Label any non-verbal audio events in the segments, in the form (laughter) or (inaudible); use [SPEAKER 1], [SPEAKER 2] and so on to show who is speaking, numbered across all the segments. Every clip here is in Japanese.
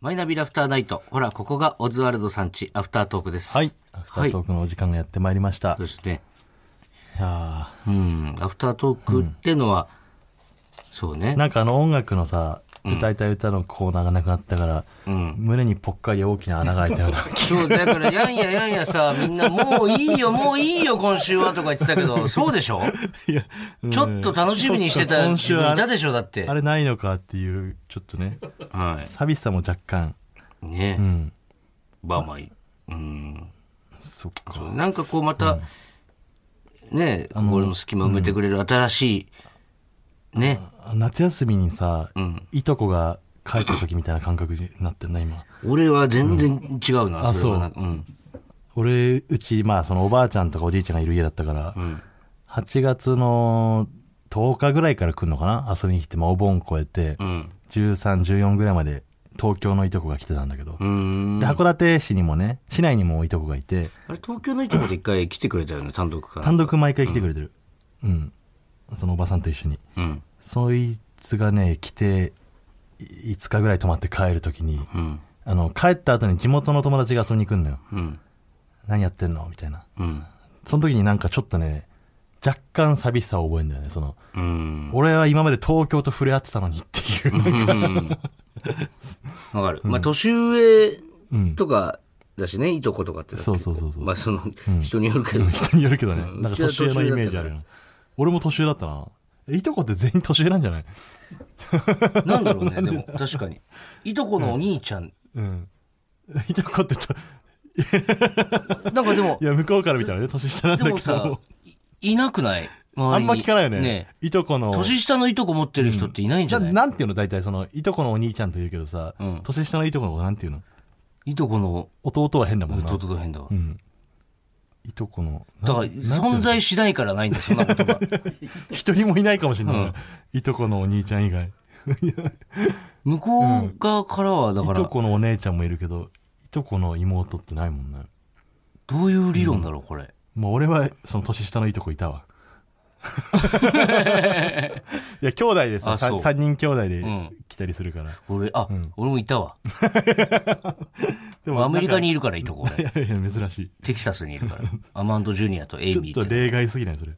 [SPEAKER 1] マイナビラフターナイト。ほら、ここがオズワルドさんち、アフタートークです。
[SPEAKER 2] はい。アフタートークのお時間がやってまいりました。
[SPEAKER 1] そ
[SPEAKER 2] い、
[SPEAKER 1] してね、
[SPEAKER 2] や
[SPEAKER 1] うん、アフタートークってのは、そうね
[SPEAKER 2] ー。なんかあの音楽のさ、歌いたい歌のコーナーがなくなったから、胸にぽっかり大きな穴が開いたような。
[SPEAKER 1] そう、だから、やんややんやさ、みんな、もういいよ、もういいよ、今週は、とか言ってたけど、そうでしょ
[SPEAKER 2] いや、うん
[SPEAKER 1] ちょっと楽しみにして
[SPEAKER 2] ちょっ
[SPEAKER 1] た
[SPEAKER 2] と今
[SPEAKER 1] 自
[SPEAKER 2] 週
[SPEAKER 1] 分
[SPEAKER 2] あ
[SPEAKER 1] い
[SPEAKER 2] れ
[SPEAKER 1] たでしょ、だって
[SPEAKER 2] あ。れないのかっていう、ちょっとね、
[SPEAKER 1] は
[SPEAKER 2] 寂しさも若干。
[SPEAKER 1] い。
[SPEAKER 2] う
[SPEAKER 1] ね
[SPEAKER 2] ん。
[SPEAKER 1] まあまあいい。うん。
[SPEAKER 2] そっ
[SPEAKER 1] そ
[SPEAKER 2] か。
[SPEAKER 1] うなんかこう、また、ね、心の隙間埋めてくれる新しい、ね、
[SPEAKER 2] 夏休みにさ、
[SPEAKER 1] ん
[SPEAKER 2] いとこが帰った時みたいな感覚になってんな、今。
[SPEAKER 1] 俺は全然違うな、
[SPEAKER 2] あ
[SPEAKER 1] れはなんかうん。
[SPEAKER 2] 俺、うち、まあ、そのおばあちゃんとかおじいちゃんがいる家だったから、
[SPEAKER 1] ん
[SPEAKER 2] 8月の10日ぐらいから来るのかな遊びに来て、まあ、お盆越えて、
[SPEAKER 1] うん。
[SPEAKER 2] 13、14ぐらいまで東京のいとこが来てたんだけど、
[SPEAKER 1] うーん。
[SPEAKER 2] で函館市にもね、市内にもいとこがいて、
[SPEAKER 1] あれ、東京のいとこで一回来てくれたよね、単独から。
[SPEAKER 2] 単独毎回来てくれてる。うん。そのおばさんと一緒に。
[SPEAKER 1] うん。
[SPEAKER 2] そいつがね、来て、い5日ぐらい泊まって帰るときに、
[SPEAKER 1] うん。
[SPEAKER 2] あの、帰った後に地元の友達が遊びに来るのよ。
[SPEAKER 1] うん。
[SPEAKER 2] 何やってんのみたいな。
[SPEAKER 1] うん。
[SPEAKER 2] その時になんかちょっとね、若干寂しさを覚えるんだよね。その、
[SPEAKER 1] うん。
[SPEAKER 2] 俺は今まで東京と触れ合ってたのにっていう。
[SPEAKER 1] わかる。まあ、年上
[SPEAKER 2] うん。
[SPEAKER 1] とかだしね、いとことかってだって。
[SPEAKER 2] そうそうそうそう
[SPEAKER 1] まあ、その、人によるけ
[SPEAKER 2] (laughs)
[SPEAKER 1] ど。
[SPEAKER 2] 人によるけどね。
[SPEAKER 1] ん
[SPEAKER 2] なんか年上のイメージあるよね俺も年上だったな。えいとこって全員年上なんじゃない (laughs)
[SPEAKER 1] なんだろうね、でも、確かに。いとこのお兄ちゃん。
[SPEAKER 2] うん。いとこっ
[SPEAKER 1] (laughs)
[SPEAKER 2] てと、
[SPEAKER 1] なんかでも
[SPEAKER 2] い、や、向こうから見たらね、年下なん
[SPEAKER 1] で
[SPEAKER 2] だけ
[SPEAKER 1] も
[SPEAKER 2] ど
[SPEAKER 1] さ。、いいなくない
[SPEAKER 2] (laughs) あ
[SPEAKER 1] あ
[SPEAKER 2] んま聞かないよね。いとこの。
[SPEAKER 1] 年下のいとこ持ってる人っていないんじ
[SPEAKER 2] じ
[SPEAKER 1] ゃ
[SPEAKER 2] ゃ
[SPEAKER 1] ない
[SPEAKER 2] なんていうの大体その、いとこのお兄ちゃんと言うけどさ、
[SPEAKER 1] うん
[SPEAKER 2] 年下のいとこのことなんていうの
[SPEAKER 1] いとこの
[SPEAKER 2] 弟は変だもんな。
[SPEAKER 1] 弟と変だわ
[SPEAKER 2] う。ん。いとこの。
[SPEAKER 1] だから、
[SPEAKER 2] なんなんていうの
[SPEAKER 1] 存在しないからないんだ、そんなことが。
[SPEAKER 2] 一人もいないかもしれない、
[SPEAKER 1] うん
[SPEAKER 2] いとこのお兄ちゃん以外。
[SPEAKER 1] 向こう側からは、だ
[SPEAKER 2] い
[SPEAKER 1] か
[SPEAKER 2] と
[SPEAKER 1] ら、
[SPEAKER 2] このお姉ちゃんもいるけど、いとこの妹ってないもんな。
[SPEAKER 1] どういう理論だろう、これ。
[SPEAKER 2] もう俺は、その年下のいとこい
[SPEAKER 1] (laughs)
[SPEAKER 2] たわ。いや、兄弟でさ、
[SPEAKER 1] あそう
[SPEAKER 2] さ三人兄弟で
[SPEAKER 1] ん
[SPEAKER 2] 来たりするから。
[SPEAKER 1] 俺、あ、
[SPEAKER 2] うん
[SPEAKER 1] 俺もいたわ。
[SPEAKER 2] で
[SPEAKER 1] アメリカにい
[SPEAKER 2] る。
[SPEAKER 1] るからいとこ、
[SPEAKER 2] い
[SPEAKER 1] 俺。
[SPEAKER 2] やいや、珍し
[SPEAKER 1] テキサスにいる
[SPEAKER 2] (laughs)
[SPEAKER 1] から。アマンド・ジュニアとエイ
[SPEAKER 2] い。
[SPEAKER 1] ミ
[SPEAKER 2] ち
[SPEAKER 1] ー
[SPEAKER 2] ょ
[SPEAKER 1] っ
[SPEAKER 2] ってと。例外すぎないそれ。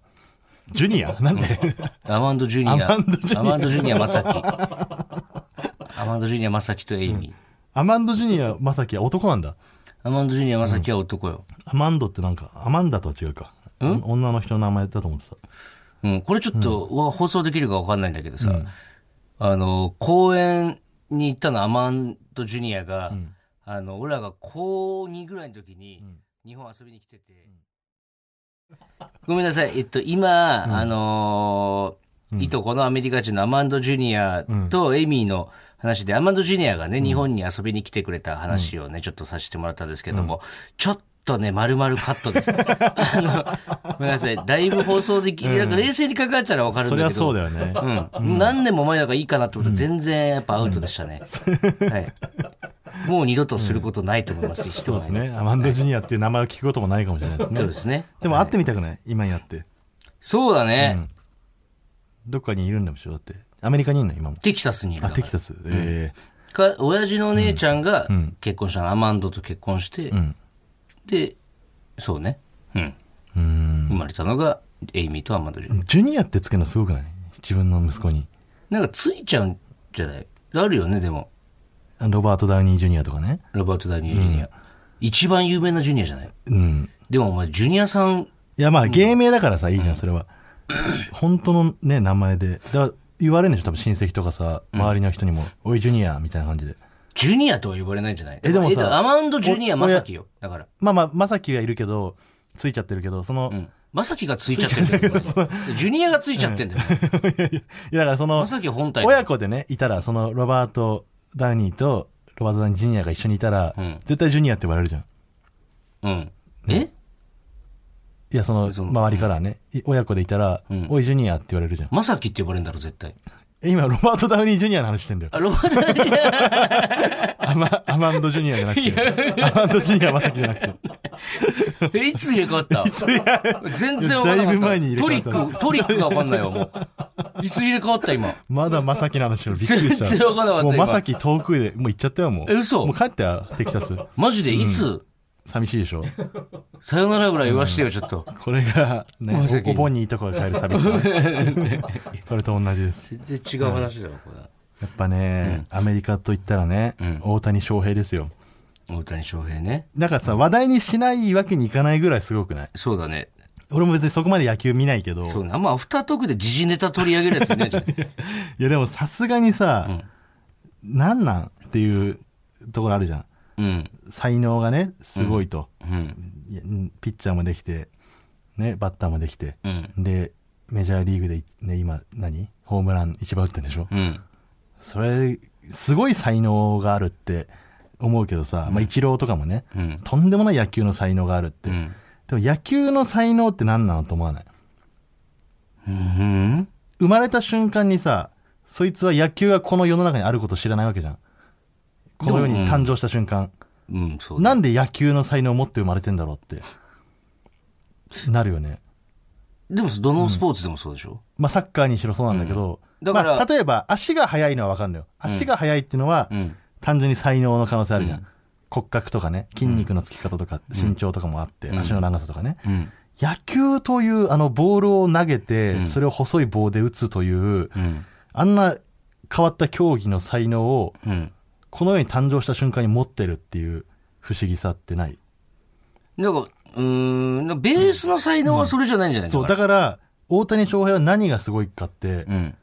[SPEAKER 2] ジュニアな
[SPEAKER 1] (laughs)
[SPEAKER 2] んで
[SPEAKER 1] アマンド・ジュニア。
[SPEAKER 2] アマンドジュニア
[SPEAKER 1] アマンド・ジュニア・マサキ。ア
[SPEAKER 2] (laughs)
[SPEAKER 1] マンド・ジュニア・マサキとエイミー。
[SPEAKER 2] アマンド・ジュニア・マサキは男なんだ。
[SPEAKER 1] アマンド・ジュニア・マサキは男よ。
[SPEAKER 2] アマンドってなんか、アマンダとは違うか。女の人の名前だと思ってた。
[SPEAKER 1] うん、これちょっと、うわ放送できるかわかんないんだけどさ、あの、公園に行ったの、アマンド・ジュニアが、
[SPEAKER 2] うん
[SPEAKER 1] あの、俺らが高2ぐらいの時に、
[SPEAKER 2] ん
[SPEAKER 1] 日本遊びに来てて、ごめんなさい、えっと、今、あのーいとこのアメリカ人のアマンド・ジュニアとエミーの話で、アマンド・ジュニアがね、日本に遊びに来てくれた話をね、ちょっとさせてもらったんですけども、ちょっとね、丸々カット
[SPEAKER 2] (laughs)
[SPEAKER 1] です。あの、ごめんなさい。だいぶ放送でき、なんか冷静に考えたらわかるん
[SPEAKER 2] そり
[SPEAKER 1] だ
[SPEAKER 2] ゃ
[SPEAKER 1] けど。
[SPEAKER 2] そうだよね。
[SPEAKER 1] うん、何年も前だからいいかなと思ったら全然やっぱアウトでしたね。はい。もう二度とすることないと思います、人
[SPEAKER 2] そう
[SPEAKER 1] は
[SPEAKER 2] です。ね。アマンド・ジュニアっていう名前を聞くこともないかもしれないですね。
[SPEAKER 1] そうですね。
[SPEAKER 2] でも会ってみたくない、今になって。
[SPEAKER 1] そうだね。
[SPEAKER 2] うんどっかにいるんだもんしょだって。アメリカにいるの今も。
[SPEAKER 1] テキサスにいる
[SPEAKER 2] あ、
[SPEAKER 1] んだ
[SPEAKER 2] テキサス。え
[SPEAKER 1] か親父のお姉ちゃんが
[SPEAKER 2] ん
[SPEAKER 1] 結婚したの、アマンドと結婚して、
[SPEAKER 2] えうん。
[SPEAKER 1] で、そうね。うん。
[SPEAKER 2] うーん。
[SPEAKER 1] 生まれたのがエイミーとアマンドジュニア
[SPEAKER 2] ジュニアってつけるのすごくない自分の息子に。
[SPEAKER 1] なんかついちゃうんじゃないあるよね、でも。
[SPEAKER 2] ロバート・ダウニー・ジュニアとかね。
[SPEAKER 1] ロバート・ダウニー・ジュニア。一番有名なジュニアじゃない
[SPEAKER 2] うん。
[SPEAKER 1] でもお前、ジュニアさん、
[SPEAKER 2] いや、まあ、芸名だからさ、いいじゃん、それは。本当のね、名前で。だから、言われるんでしょ多分親戚とかさ、周りの人にも、おい、ジュニアみたいな感じで。
[SPEAKER 1] ジュニアとは呼ばれないんじゃない
[SPEAKER 2] えでもさ
[SPEAKER 1] っとアマンド・ジュニア・
[SPEAKER 2] お
[SPEAKER 1] マサキよ。だから。
[SPEAKER 2] まあまあ、まさきはいるけど、ついちゃってるけど、その、
[SPEAKER 1] うん。まさきがついちゃってるんだけど、 (laughs) ジュニアがついちゃってんだよ。
[SPEAKER 2] いや、だからその
[SPEAKER 1] ま、さき本体。
[SPEAKER 2] 親子でね、いたら、その、ロバート・ダウニーと、ロバート・ダウニー・ジュニアが一緒にいたら、
[SPEAKER 1] うん
[SPEAKER 2] 絶対ジュニアって言われるじゃん。
[SPEAKER 1] うん。え
[SPEAKER 2] いや、その、
[SPEAKER 1] その
[SPEAKER 2] 周りからね、い親子でいたら、
[SPEAKER 1] ん
[SPEAKER 2] おい、ジュニアって言われるじゃん。
[SPEAKER 1] まさきって呼ばれるんだろ、絶対。
[SPEAKER 2] え今、ロバート・ダウニー・ジュニアの話
[SPEAKER 1] (laughs)
[SPEAKER 2] してんだよ。
[SPEAKER 1] あ、ロバート・ダウニー
[SPEAKER 2] アマアマンド・ジュニアじゃなく (laughs) て、アマンド・ジュニアまさきじゃなく (laughs) て。
[SPEAKER 1] え、いつ入れ替わった全然わかんな
[SPEAKER 2] だいぶ
[SPEAKER 1] かっ
[SPEAKER 2] 前に
[SPEAKER 1] た。
[SPEAKER 2] 入
[SPEAKER 1] ト
[SPEAKER 2] れ
[SPEAKER 1] リ
[SPEAKER 2] 替わった
[SPEAKER 1] ック、トリックがわかんないわ、もう。いつ入れ替わった今。
[SPEAKER 2] まだまさきの話をびっくりした。
[SPEAKER 1] 全然わかんなかった
[SPEAKER 2] もう
[SPEAKER 1] 今
[SPEAKER 2] まさき遠くへで、もう行っちゃったよ、もう。
[SPEAKER 1] え嘘
[SPEAKER 2] もう帰ったよ、テキサス。
[SPEAKER 1] マジでいつ、
[SPEAKER 2] 寂しいでしょ。
[SPEAKER 1] さよならぐらい言わしてよ、ちょっと。
[SPEAKER 2] これが、ね
[SPEAKER 1] まさ、き
[SPEAKER 2] おお盆にいとこが帰る寂しさ。
[SPEAKER 1] (laughs)
[SPEAKER 2] それと同じです。
[SPEAKER 1] 全然違う話だろ、こ
[SPEAKER 2] やっぱね、アメリカと言ったらね、大谷翔平ですよ。
[SPEAKER 1] れ。大谷翔平ね。
[SPEAKER 2] だからさ、話題にしないわけにいかないぐらいすごくない
[SPEAKER 1] そうだね。
[SPEAKER 2] 俺も別にそこまで野球見ないけど、
[SPEAKER 1] そうね。あんまアフタートークで時事ネタ取り上げるやついない
[SPEAKER 2] (laughs)
[SPEAKER 1] じゃん。
[SPEAKER 2] いやでもさすがにさ、なんなんっていうところあるじゃん。
[SPEAKER 1] うん。
[SPEAKER 2] 才能がね、すごいと。
[SPEAKER 1] うん。
[SPEAKER 2] いやうんピッチャーもできて、ね、バッターもできて。
[SPEAKER 1] うん。
[SPEAKER 2] で、メジャーリーグで、ね、今、何ホームラン一番打ってんでしょ
[SPEAKER 1] うん。
[SPEAKER 2] それ、すごい才能があるって思うけどさ、まあ、イチローとかもね、
[SPEAKER 1] うん。
[SPEAKER 2] とんでもない野球の才能があるって。
[SPEAKER 1] うん。
[SPEAKER 2] でも野球の才能って何なのと思わない
[SPEAKER 1] うん。
[SPEAKER 2] 生まれた瞬間にさそいつは野球がこの世の中にあることを知らないわけじゃんこの世に誕生した瞬間、
[SPEAKER 1] うん、そうだ。
[SPEAKER 2] なんで野球の才能を持って生まれてんだろうってなるよね
[SPEAKER 1] でも、どのスポーツでもそうでしょ、
[SPEAKER 2] まあサッカーにしろそうなんだけど、
[SPEAKER 1] うんだから
[SPEAKER 2] まあ、例えば足が速いのは分かるんだよ足が速いっていうのは、
[SPEAKER 1] うん、
[SPEAKER 2] 単純に才能の可能性あるじゃん、骨格とかね筋肉のつき方とか身長とかもあって、足の長さとかね、
[SPEAKER 1] うん。
[SPEAKER 2] 野球というあのボールを投げて、それを細い棒で打つという、
[SPEAKER 1] うん。
[SPEAKER 2] あんな変わった競技の才能を
[SPEAKER 1] うん。
[SPEAKER 2] この世に誕生した瞬間に持ってるっていう不思議さってない
[SPEAKER 1] なんか、うーん、なんかベースの才能はそれじゃないんじゃない
[SPEAKER 2] そうだ
[SPEAKER 1] か。
[SPEAKER 2] から大谷翔平は何がすごいかってだから
[SPEAKER 1] うん。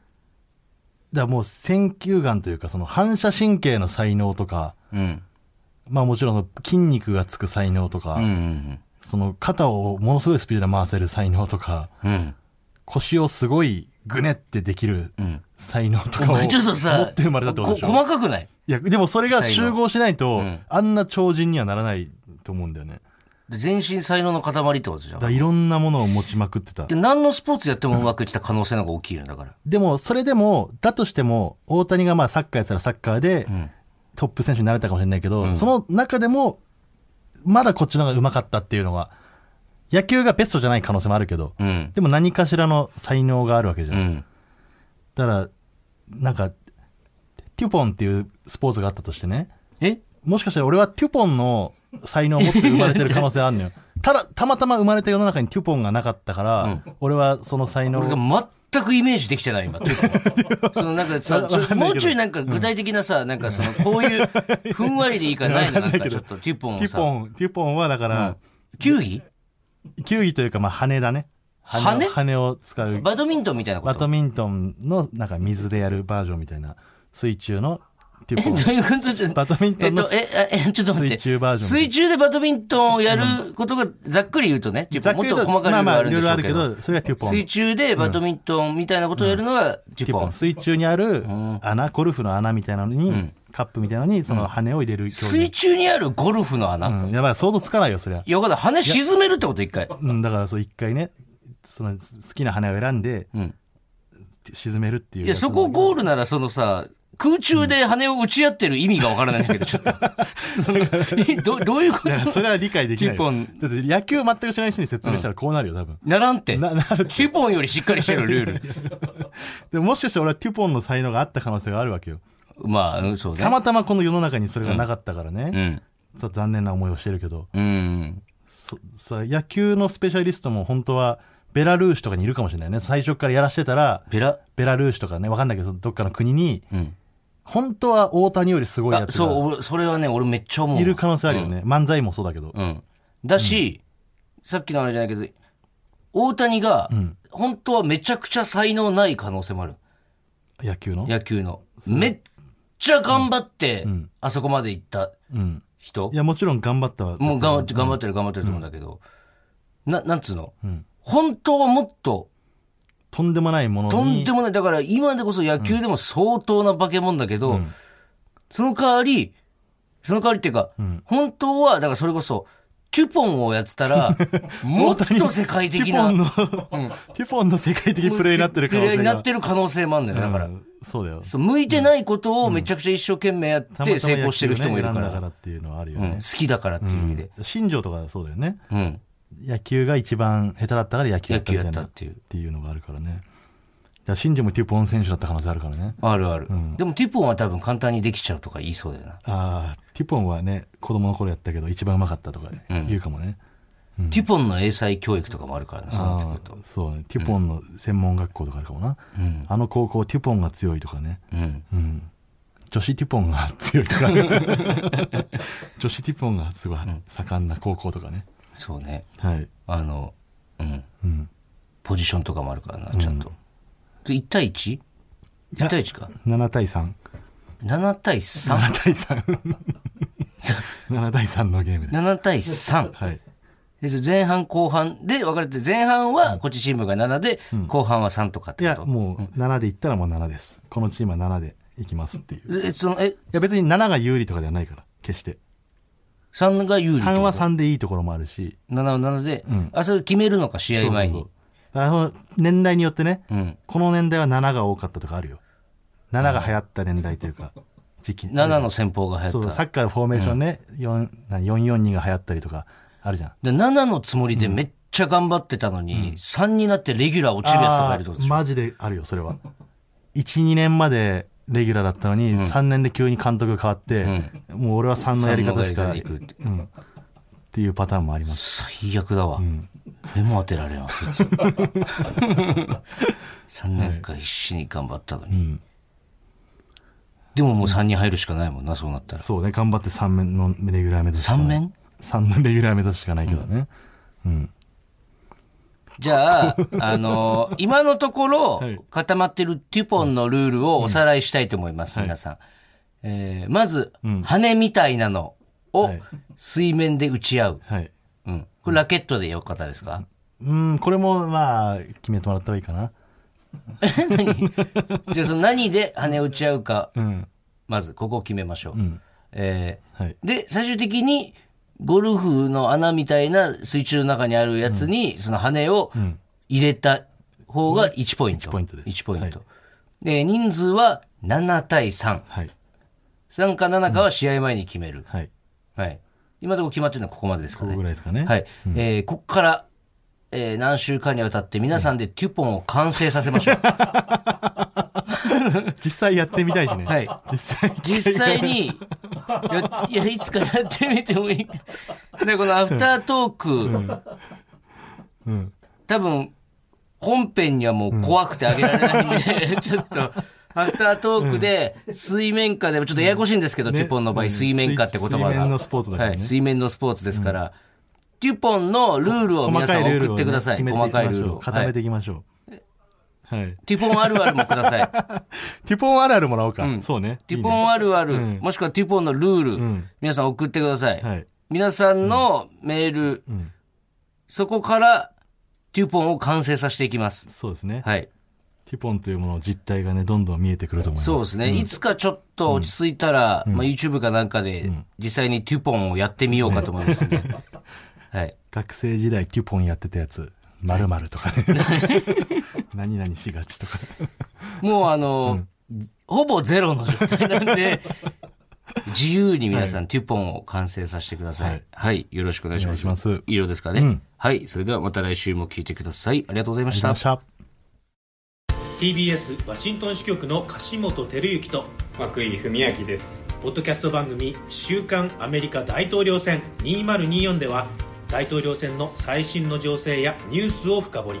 [SPEAKER 2] らもう選球眼というかその反射神経の才能とか
[SPEAKER 1] うん。
[SPEAKER 2] まあもちろんその筋肉がつく才能とか、
[SPEAKER 1] うん。うん
[SPEAKER 2] その肩をものすごいスピードで回せる才能とか
[SPEAKER 1] うん。
[SPEAKER 2] 腰をすごいぐねってできる
[SPEAKER 1] うん。
[SPEAKER 2] 才能と
[SPEAKER 1] お
[SPEAKER 2] かを持
[SPEAKER 1] 前ちょっとさ、
[SPEAKER 2] って生まれたってことでしょ
[SPEAKER 1] こ細かくない
[SPEAKER 2] いやでもそれが集合しないと、
[SPEAKER 1] 才能うん
[SPEAKER 2] あんな超人にはならないと思うんだよね
[SPEAKER 1] 全身才能の塊ってことじゃ
[SPEAKER 2] だ
[SPEAKER 1] ん
[SPEAKER 2] から。いろんなものを持ちまくってた
[SPEAKER 1] で、何のスポーツやってもうまくいってた可能性の方が大きいのだから。
[SPEAKER 2] でも、それでも、だとしても、大谷がまあサッカーやってたらサッカーで
[SPEAKER 1] ん
[SPEAKER 2] トップ選手になれたかもしれないけど、その中でも、まだこっちの方が上手かったっていうのは、野球がベストじゃない可能性もあるけど、
[SPEAKER 1] うん。
[SPEAKER 2] でも何かしらの才能があるわけじゃ。
[SPEAKER 1] うんん。
[SPEAKER 2] だから、なんか、テュポンっていうスポーツがあったとしてね、
[SPEAKER 1] え
[SPEAKER 2] もしかしたら俺はテュポンの才能を持って生まれてる可能性あるのよ。ただ、たまたま生まれた世の中にテュポンがなかったから、俺はその才能を
[SPEAKER 1] 俺が全くイメージできてない今。 (laughs) そのなんかさ、ちょもうちょいなんか具体的なさ、なんかその、こういう、ふんわりでいいからないのなんかちょっと、テュポン
[SPEAKER 2] テ
[SPEAKER 1] を
[SPEAKER 2] ュ
[SPEAKER 1] さ。
[SPEAKER 2] ポン、テュポンはだから、
[SPEAKER 1] 球技
[SPEAKER 2] 球技というか、まあ、羽だね。
[SPEAKER 1] 羽
[SPEAKER 2] を羽を使う。
[SPEAKER 1] バドミントンみたいなこ
[SPEAKER 2] バ
[SPEAKER 1] と
[SPEAKER 2] ドミントンの、なんか水でやるバージョンみたいな、水中のテュ
[SPEAKER 1] ど
[SPEAKER 2] ポ
[SPEAKER 1] う
[SPEAKER 2] ン。
[SPEAKER 1] いうことじゃ
[SPEAKER 2] (laughs) バドミント
[SPEAKER 1] えっ
[SPEAKER 2] ンの
[SPEAKER 1] と、え、 (laughs) あえ、ちょっと待って。
[SPEAKER 2] 水中バージョン
[SPEAKER 1] 水中でバドミントンをやることが、ざっくり言うとね、
[SPEAKER 2] ざ
[SPEAKER 1] 10
[SPEAKER 2] っく
[SPEAKER 1] もっ
[SPEAKER 2] り言う
[SPEAKER 1] と細かい
[SPEAKER 2] まあ
[SPEAKER 1] の
[SPEAKER 2] ま
[SPEAKER 1] があ
[SPEAKER 2] あ、い
[SPEAKER 1] るんで
[SPEAKER 2] ろい
[SPEAKER 1] し
[SPEAKER 2] ろ
[SPEAKER 1] ょ
[SPEAKER 2] あ
[SPEAKER 1] う
[SPEAKER 2] る
[SPEAKER 1] け
[SPEAKER 2] け
[SPEAKER 1] ど、
[SPEAKER 2] ど、それがテュポン。
[SPEAKER 1] 水
[SPEAKER 2] テ
[SPEAKER 1] 中でバドミントンみたいなことをやるのが10
[SPEAKER 2] ュポ
[SPEAKER 1] 本
[SPEAKER 2] ン。。水中にある穴、ゴルフの穴みたいなのに、カップみたいなのに、その羽を入れる競技。
[SPEAKER 1] 水中にあるゴルフの穴。
[SPEAKER 2] うん、やばい、想像つかないよ、そりゃ。
[SPEAKER 1] いや、わかんない羽沈めるってこと一回。
[SPEAKER 2] うん、だから、そう、一回ね、その、好きな羽を選んで、
[SPEAKER 1] うん
[SPEAKER 2] 沈めるっていう。
[SPEAKER 1] いや、そこゴールなら、そのさ、空中で羽を打ち合ってる意味がわからないんだけど、ちょっと。そのえどどういうこ
[SPEAKER 2] いや、そ
[SPEAKER 1] と
[SPEAKER 2] れは理解できないよ。
[SPEAKER 1] テュ
[SPEAKER 2] だって野球全く知らない人に説明したらこうなるよ、多分。
[SPEAKER 1] ならんって。
[SPEAKER 2] な、なる。
[SPEAKER 1] テュポンよりしっかりしてるルール。
[SPEAKER 2] でももしかしたら俺はテュポンの才能があった可能性があるわけよ。
[SPEAKER 1] まあうん、そう
[SPEAKER 2] た
[SPEAKER 1] ね。
[SPEAKER 2] またまこの世の中にそれがなかったから
[SPEAKER 1] う
[SPEAKER 2] ね。
[SPEAKER 1] ん。
[SPEAKER 2] そう残念な思いをしてるけど。
[SPEAKER 1] うん。
[SPEAKER 2] そさ、野球のスペシャリストも本当は、ベラルーシとかにいるかもしれないね。最初からやらしてたら、
[SPEAKER 1] ペラ、
[SPEAKER 2] ベラルーシとかね、わかんないけど、どっかの国に、
[SPEAKER 1] うん。
[SPEAKER 2] 本当は大谷よりすごいや
[SPEAKER 1] あ、
[SPEAKER 2] つが
[SPEAKER 1] そう、俺それはね、俺めっちゃ思う。
[SPEAKER 2] いる可能性あるよね。漫才もそうだけど。
[SPEAKER 1] うん。だし、さっきのあれじゃないけど、大谷が、本当はめちゃくちゃ才能ない可能性もある。
[SPEAKER 2] 野球の。
[SPEAKER 1] 野球の。めっちゃ頑張って、あそこまで行った
[SPEAKER 2] うん。
[SPEAKER 1] 人
[SPEAKER 2] い。や、もちろん頑張ったわ。
[SPEAKER 1] もう頑張って、頑張ってる、頑張ってると思うんだけど、な、なんつうの、本当はもっと、
[SPEAKER 2] とんでもないものに。
[SPEAKER 1] とんでもない。だから今でこそ野球でも相当な化け物だけど、その代わり、その代わりっていうか、本当は、だからそれこそ、チュポンをやってた
[SPEAKER 2] (laughs)
[SPEAKER 1] ら、もっと世界
[SPEAKER 2] テ
[SPEAKER 1] 的
[SPEAKER 2] ィポ
[SPEAKER 1] な
[SPEAKER 2] ン、の、 (laughs) ティポンの世界的プレイになってる可能
[SPEAKER 1] プレイ
[SPEAKER 2] 性
[SPEAKER 1] になっ
[SPEAKER 2] が。
[SPEAKER 1] てる可能性もあるんだよ。だから、
[SPEAKER 2] うんそうだよ。
[SPEAKER 1] そう向いてないことをめちゃくちゃ一生懸命やって成功してる人もいるか、
[SPEAKER 2] たまたま野球をね選んだかららっていうのはあるよ
[SPEAKER 1] うん
[SPEAKER 2] ね
[SPEAKER 1] 好。きだからっていう意味で、
[SPEAKER 2] 新庄とかそうだよね。
[SPEAKER 1] うん
[SPEAKER 2] 野球が一番下手だったから野球
[SPEAKER 1] 野
[SPEAKER 2] やった
[SPEAKER 1] 球や
[SPEAKER 2] みた
[SPEAKER 1] っ
[SPEAKER 2] い
[SPEAKER 1] た
[SPEAKER 2] な
[SPEAKER 1] っ
[SPEAKER 2] って
[SPEAKER 1] いう。
[SPEAKER 2] ていうのがあるからね。からシンジもテュポン選手だった可能性あるからね。
[SPEAKER 1] あるある、
[SPEAKER 2] うん
[SPEAKER 1] でもティポンは多分簡単にできちゃうとか言いそうだよな、
[SPEAKER 2] ああ、テュポンはね、子供の頃やったけど、一番うまかったとか言うかもね。
[SPEAKER 1] ティポンの英才教育とかもあるからなそうなってくると
[SPEAKER 2] あーそうね。テュポンの専門学校とかあるかもな。あの高校、テュポンが強いとかね。
[SPEAKER 1] うん
[SPEAKER 2] うん。女子テュポンが強いとか。
[SPEAKER 1] (laughs)
[SPEAKER 2] 女子テュポンがすごい盛んな高校とかね。
[SPEAKER 1] そうね
[SPEAKER 2] はい。
[SPEAKER 1] あのうん
[SPEAKER 2] うん。
[SPEAKER 1] ポジションとかもあるからなちゃんと、で1対 1?1
[SPEAKER 2] や
[SPEAKER 1] 対1か
[SPEAKER 2] 7対3。
[SPEAKER 1] 7対
[SPEAKER 2] 7
[SPEAKER 1] 3
[SPEAKER 2] 対3。7対3のゲームです。
[SPEAKER 1] 7対3
[SPEAKER 2] はい。
[SPEAKER 1] です前半後半で分かれて前半はこっちチームが7で、後半は3とかっ
[SPEAKER 2] い
[SPEAKER 1] て
[SPEAKER 2] や、
[SPEAKER 1] こと
[SPEAKER 2] もう7でいったらもう7です。このチームは7でいきますっていう。い
[SPEAKER 1] えそのえ
[SPEAKER 2] や、別に7が有利とかではないから、決して。
[SPEAKER 1] 3が有利ってこと
[SPEAKER 2] 3は3でいいところもあるし。
[SPEAKER 1] 7は7で、あそれ決めるのか試合前に
[SPEAKER 2] そうそうそう。あの年代によってね、
[SPEAKER 1] うん
[SPEAKER 2] この年代は7が多かったとかあるよ。7が流行った年代というか、時期。
[SPEAKER 1] 7の戦法が流行
[SPEAKER 2] そ
[SPEAKER 1] っ
[SPEAKER 2] う
[SPEAKER 1] た
[SPEAKER 2] サッカーのフォーメーションね、四何442が流行ったりとかあるじゃん。
[SPEAKER 1] で7のつもりでめっちゃ頑張ってたのに、3になってレギュラー落ちるやつとかいるってことでしょ
[SPEAKER 2] マジであるよ、それは。1、2年までレギュラーだったのに、3年で急に監督が変わって、もう俺は3のやり方しか、
[SPEAKER 1] 三のやり方でい
[SPEAKER 2] っ
[SPEAKER 1] くって
[SPEAKER 2] ていうパターンもあります。
[SPEAKER 1] 最悪だわ、目も当てられんわそい
[SPEAKER 2] (laughs)
[SPEAKER 1] つ3年間必死に頑張ったのに、でももう3に入るしかないもんなそうなったら
[SPEAKER 2] そうね、頑張って3面のレギュラー目指すしか
[SPEAKER 1] 3
[SPEAKER 2] ない。
[SPEAKER 1] 面
[SPEAKER 2] ?3 のレギュラー目指すしかないけどね。
[SPEAKER 1] じゃ
[SPEAKER 2] (laughs)
[SPEAKER 1] あ、あのー今のところ
[SPEAKER 2] はい
[SPEAKER 1] 固まってるテュポンのルールをおさらいしたいと思います、皆さん。えーまず、羽みたいなのを
[SPEAKER 2] はい
[SPEAKER 1] 水面で打ち合う。
[SPEAKER 2] はい。
[SPEAKER 1] うん。これラケットでよかったですか、
[SPEAKER 2] うん、これもまあ、決めてもらった方がいいかな。
[SPEAKER 1] じゃあその何で羽打ち合うか、
[SPEAKER 2] うん。
[SPEAKER 1] まずここを決めましょう。え
[SPEAKER 2] はい。
[SPEAKER 1] ーで、最終的にゴルフの穴みたいな水中の中にあるやつに、その羽を入れた方が1ポイント。
[SPEAKER 2] 1ポイントです
[SPEAKER 1] 1ポイント。で、人数は7対3。
[SPEAKER 2] はい。
[SPEAKER 1] 3か7かは試合前に決める。
[SPEAKER 2] はい。
[SPEAKER 1] はい。今のところ決まってるのはここまでですか
[SPEAKER 2] こ
[SPEAKER 1] ね
[SPEAKER 2] こ。ぐらいですかね。
[SPEAKER 1] はい。えーここから、えー何週間にわたって皆さんでテュポンを完成させま
[SPEAKER 2] (laughs)
[SPEAKER 1] しょう。
[SPEAKER 2] 実際やってみたいしね。
[SPEAKER 1] はい。
[SPEAKER 2] 実際。
[SPEAKER 1] 実際
[SPEAKER 2] (laughs)
[SPEAKER 1] に、や (laughs) いや、いつかやってみてもいいか。で、このアフタートーク、
[SPEAKER 2] うん。
[SPEAKER 1] 多分、本編にはもう怖くてあげられないんで、 (laughs) ちょっと、アフタートークで、水面下で、ちょっとややこしいんですけど、テュポンの場合、
[SPEAKER 2] うん
[SPEAKER 1] 水面下って言葉が。
[SPEAKER 2] 水面のスポーツだからね
[SPEAKER 1] はい、水面のスポーツですから、テュポンのルールを皆さん送ってください。
[SPEAKER 2] 決めて
[SPEAKER 1] 細
[SPEAKER 2] きま
[SPEAKER 1] かい
[SPEAKER 2] し
[SPEAKER 1] ル
[SPEAKER 2] ょ
[SPEAKER 1] ー
[SPEAKER 2] う
[SPEAKER 1] ルを。
[SPEAKER 2] 固
[SPEAKER 1] は
[SPEAKER 2] め
[SPEAKER 1] い
[SPEAKER 2] ていきましょう。はい。
[SPEAKER 1] テュポンあるあるもく
[SPEAKER 2] (laughs)
[SPEAKER 1] ださい。
[SPEAKER 2] ティポンあるあるもらおうか。そうね。
[SPEAKER 1] テュ
[SPEAKER 2] い
[SPEAKER 1] ポ
[SPEAKER 2] いね
[SPEAKER 1] ンあるある、
[SPEAKER 2] うん
[SPEAKER 1] もしくはテュポンのルール、
[SPEAKER 2] ん
[SPEAKER 1] 皆さん送ってください。
[SPEAKER 2] はい。
[SPEAKER 1] 皆さんのメール、
[SPEAKER 2] ん
[SPEAKER 1] そこからテュポンを完成させていきます。
[SPEAKER 2] そうですね。
[SPEAKER 1] はい。
[SPEAKER 2] ティポンというものの実態がね、どんどん見えてくると思います。
[SPEAKER 1] そうですね。いつかちょっと落ち着いたら、まあ、YouTube かなんかで実際にテュポンをやってみようかと思いますんで。はい。
[SPEAKER 2] 学生時代ティポンやってたやつ、まるまるとか
[SPEAKER 1] (laughs)
[SPEAKER 2] ね。何々しがちとか。
[SPEAKER 1] もうあの、ほぼゼロの状態なんで、
[SPEAKER 2] (laughs)
[SPEAKER 1] 自由に皆さん、テュポンを完成させてください。は
[SPEAKER 2] はいい。
[SPEAKER 1] よろしくお願い
[SPEAKER 2] お
[SPEAKER 1] し
[SPEAKER 2] 願
[SPEAKER 1] ま
[SPEAKER 2] い
[SPEAKER 1] す。
[SPEAKER 2] します。
[SPEAKER 1] 以上ですかね、
[SPEAKER 2] うん
[SPEAKER 1] はい。それではまた来週も聞いてください。ありがとうございま
[SPEAKER 2] あり
[SPEAKER 1] し
[SPEAKER 2] がとうござい
[SPEAKER 1] た
[SPEAKER 2] まし。た。
[SPEAKER 3] TBS ワシントン支局の樫本照之と
[SPEAKER 4] 和久井文明です
[SPEAKER 3] ポッドキャスト番組「週刊アメリカ大統領選2024」では大統領選の最新の情勢やニュースを深掘り